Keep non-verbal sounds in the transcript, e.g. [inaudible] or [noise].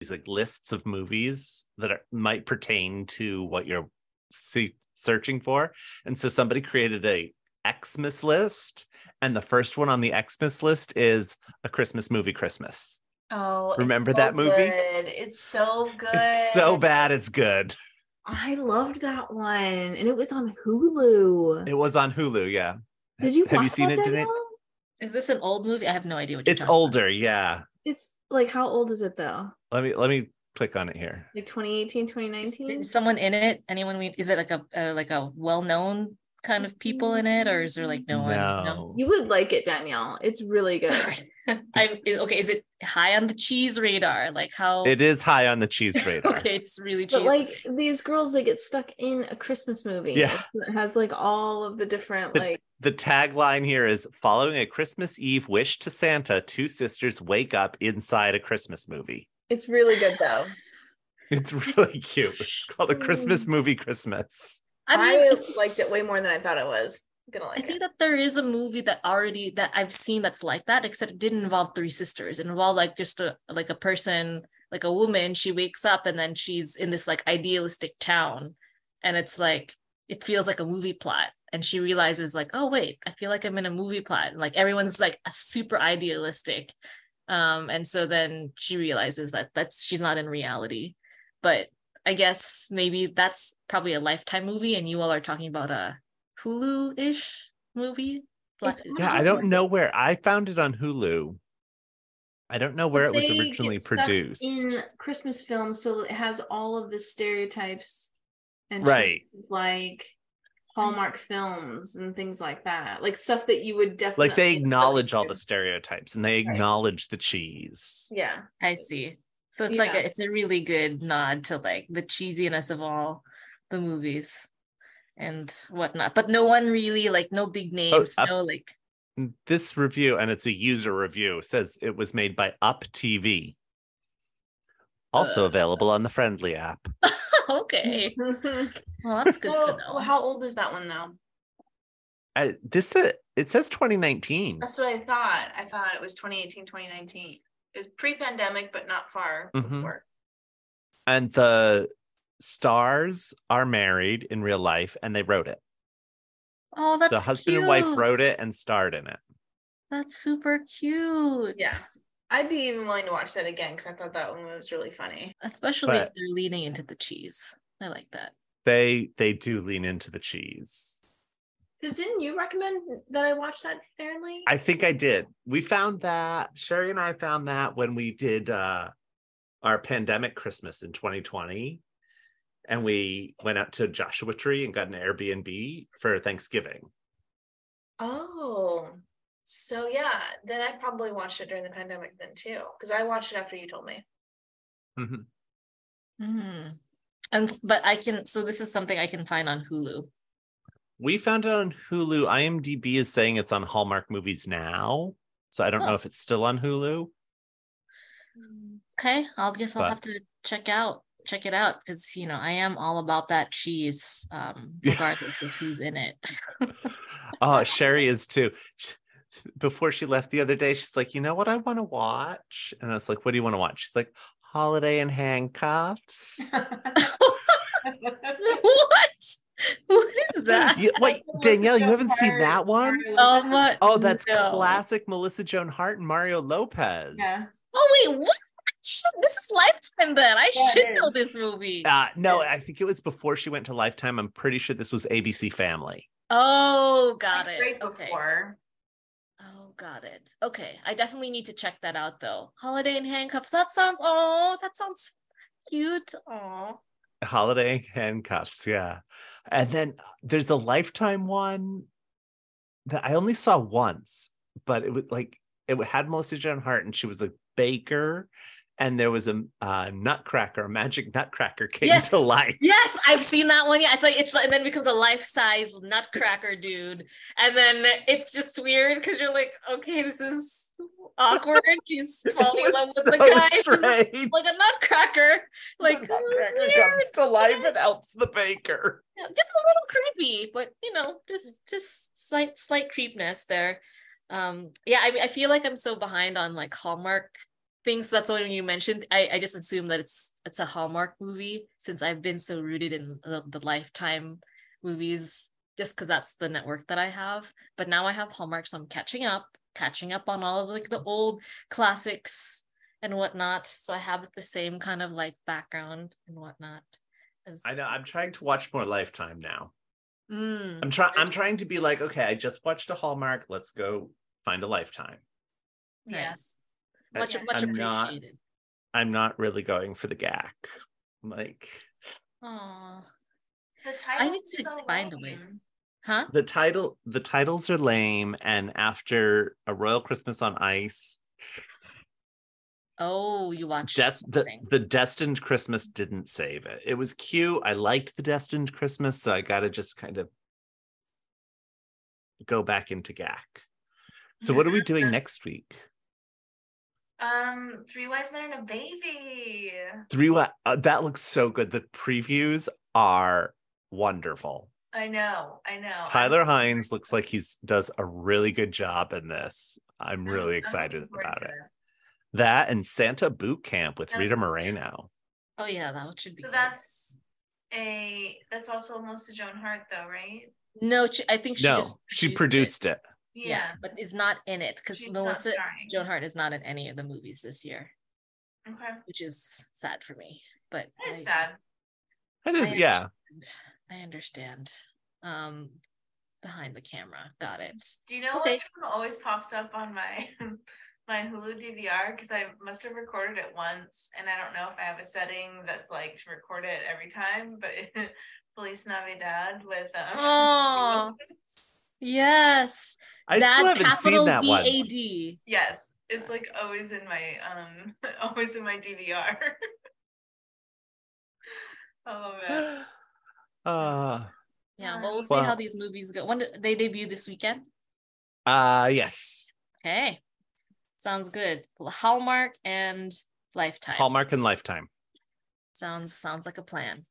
these like lists of movies that are, might pertain to what you're see, searching for. And so somebody created a Xmas list, and the first one on the Xmas list is a Christmas movie, Christmas. Oh, it's Remember so that movie? good. It's so good. It's so bad, it's good. I loved that one, and it was on Hulu. It was on Hulu, yeah. Did you have you watch seen that, it, Danae? Danielle? Is this an old movie? I have no idea what you're It's talking about. older, yeah. It's like how old is it though? Let me let me click on it here. Like 2018, Is 2019? there someone in it? Anyone? We is it like a uh, like a well known kind of people in it, or is there like no, one? You would like it, Danielle. It's [laughs] really good. No. I'm is- okay. Is it high on the cheese radar? Like how? It is high on the [laughs] cheese radar. [laughs] okay, it's really cheese. but like these girls, they get stuck in a Christmas movie. Yeah. It has like all of the different The- like The tagline here is following a Christmas Eve wish to Santa, two sisters wake up inside a Christmas movie. it's really good though. It's really [laughs] cute. It's called a Christmas movie Christmas. I mean, I, if- liked it way more than I thought it was. I'm gonna I like think it. that there is a movie that already that I've seen that's like that, except it didn't involve three sisters. It involved like just a like a person, like a woman. She wakes up and then she's in this like idealistic town, and it's like it feels like a movie plot. And she realizes like, oh wait, I feel like I'm in a movie plot. And like everyone's like a super idealistic, um, and so then she realizes that that's she's not in reality. But I guess maybe that's probably a lifetime movie, and you all are talking about a Hulu ish movie. It's Like- Yeah, I don't know where I found it on Hulu. I don't know where it was They get originally stuck produced. in Christmas films, so it has all of the stereotypes and Right. tropes, like Hallmark films and things like that, like stuff that you would definitely Like they acknowledge all the stereotypes and they Right. acknowledge the cheese. Yeah, [laughs] I see. So it's like Yeah. a, it's a really good nod to like the cheesiness of all the movies and whatnot. But no one really like no big Oh, names, up- no like [laughs] This review, and it's a user review, says it was made by Up TV. Also Uh. available on the Friendly app. okay. well, Well, that's good to know. how old is that one though? I, this uh, it says 2019. That's what I thought. I thought it was 2018, 2019. It was pre-pandemic, but not far Mhm. before. and the stars are married in real life and they wrote it oh, that's so husband and wife cute. wrote it and starred in it That's super cute. Yeah. I'd be even willing to watch that again because I thought that one was really funny. Especially if But- they're leaning into the cheese. I like that. they they do lean into the cheese Because didn't you recommend that I watch that, Erin Lee? i think i did we found that sherry and i found that when we did uh our pandemic christmas in 2020 and we went out to joshua tree and got an airbnb for thanksgiving Oh, so yeah, then I probably watched it during the pandemic then too, because I watched it after you [laughs] told me. Mhm. Mm. And s- but I can so this is something I can find on Hulu. we found it on hulu imdb is saying it's on hallmark movies now so i don't know Oh. if it's still on [laughs] hulu Mm-hmm. Okay, I'll guess I'll But- have to check out check it out because you know I am all about that cheese, um, Yeah. regardless of who's in [laughs] it. [laughs] Oh, Sherry is too. She- Before she left the other day, she's like, you know what I want to watch? And I was like, what do you want to watch? She's like, Holiday in Handcuffs. what? What is [laughs] that? You- wait, Melissa Danielle, you Joan haven't seen Hart- that one? Mario [laughs] Oh Lopez. my! Oh, that's no. classic Melissa Joan Hart and Mario Lopez. Yeah. Oh wait, what? Shit, this is Lifetime. Then I Yeah, it should know is. this movie. Uh, no, I think it was before she went to Lifetime. I'm pretty sure this was ABC Family. oh, got Like, it. Right okay. before. Oh, got it. Okay, I definitely need to check that out though. Holiday in handcuffs. That sounds. Oh, that sounds cute. Oh. Holiday [laughs] in Handcuffs. Yeah. And then uh, there's a Lifetime one that I only saw once, but it was like it had Melissa Joan Hart and she was a baker, and there was a uh, Nutcracker, a magic Nutcracker came Yes. to life. Yes, I've seen that one. Yeah, it's like it's like, and then it becomes a life size nutcracker dude, and then it's just weird because you're like, okay, this is [laughs] awkward. She's It falling in love was with the so guy, who's like, strange. like a nutcracker. Like The oh, it's [laughs] nutcracker weird. comes to life and helps the baker. Yeah, just a little creepy, but you know, just just slight slight creepiness there. Um, yeah, I, I feel like I'm so behind on like Hallmark things that's what you mentioned I, I just assume that it's it's a hallmark movie since i've been so rooted in the, the lifetime movies just because that's the network that i have but now i have hallmark so i'm catching up catching up on all of like the old classics and whatnot so i have the same kind of like background and whatnot as I know. I'm trying to watch more Lifetime now. Mm, I'm trying. I'm trying to be like, okay, I just watched a Hallmark. Let's go find a Lifetime. yes I- much much I'm not- appreciated I'm not really going for the gack. I'm like Aw. The title need is to so find a way. lame. huh the title. The titles are lame. And after a Royal Christmas on Ice, oh you watched Des- the, something. the Destined Christmas didn't save it. It was cute. I liked the Destined Christmas, so I gotta just kind of go back into gack. So what are we doing next week? Um, Three Wise Men and a Baby. Three Wi- uh, that looks so good. The previews are wonderful. I know, I know. I'm- Tyler Hines looks like he's does a really good job in this. I'm I'm- really I'm excited looking forward about to it. That and Santa Boot Camp with Yeah. Rita Moreno. oh yeah that should be So good. that's a that's also Melissa Joan Hart though, right? no she, i think she no, just she it. produced it. yeah. but is not in it because she's not melissa starring. joan hart is not in any of the movies this year Okay. which is sad for me but That is I- sad. It I is, yeah. understand. i understand um behind the camera got it Do you know Okay. which one always pops up on my [laughs] my Hulu DVR? Because I must have recorded it once, and I don't know if I have a setting that's like to record it every time. But [laughs] Feliz Navidad with um, [laughs] Aw. yes I still haven't capital seen that one. d-a-d yes, it's like always in my um [laughs] always in my DVR. [laughs] I love it. [sighs] Uh, yeah well we'll see Well- how these movies go when do they debut this weekend [gasps] uh yes. okay sounds good hallmark and lifetime Hallmark and Lifetime. sounds sounds like a plan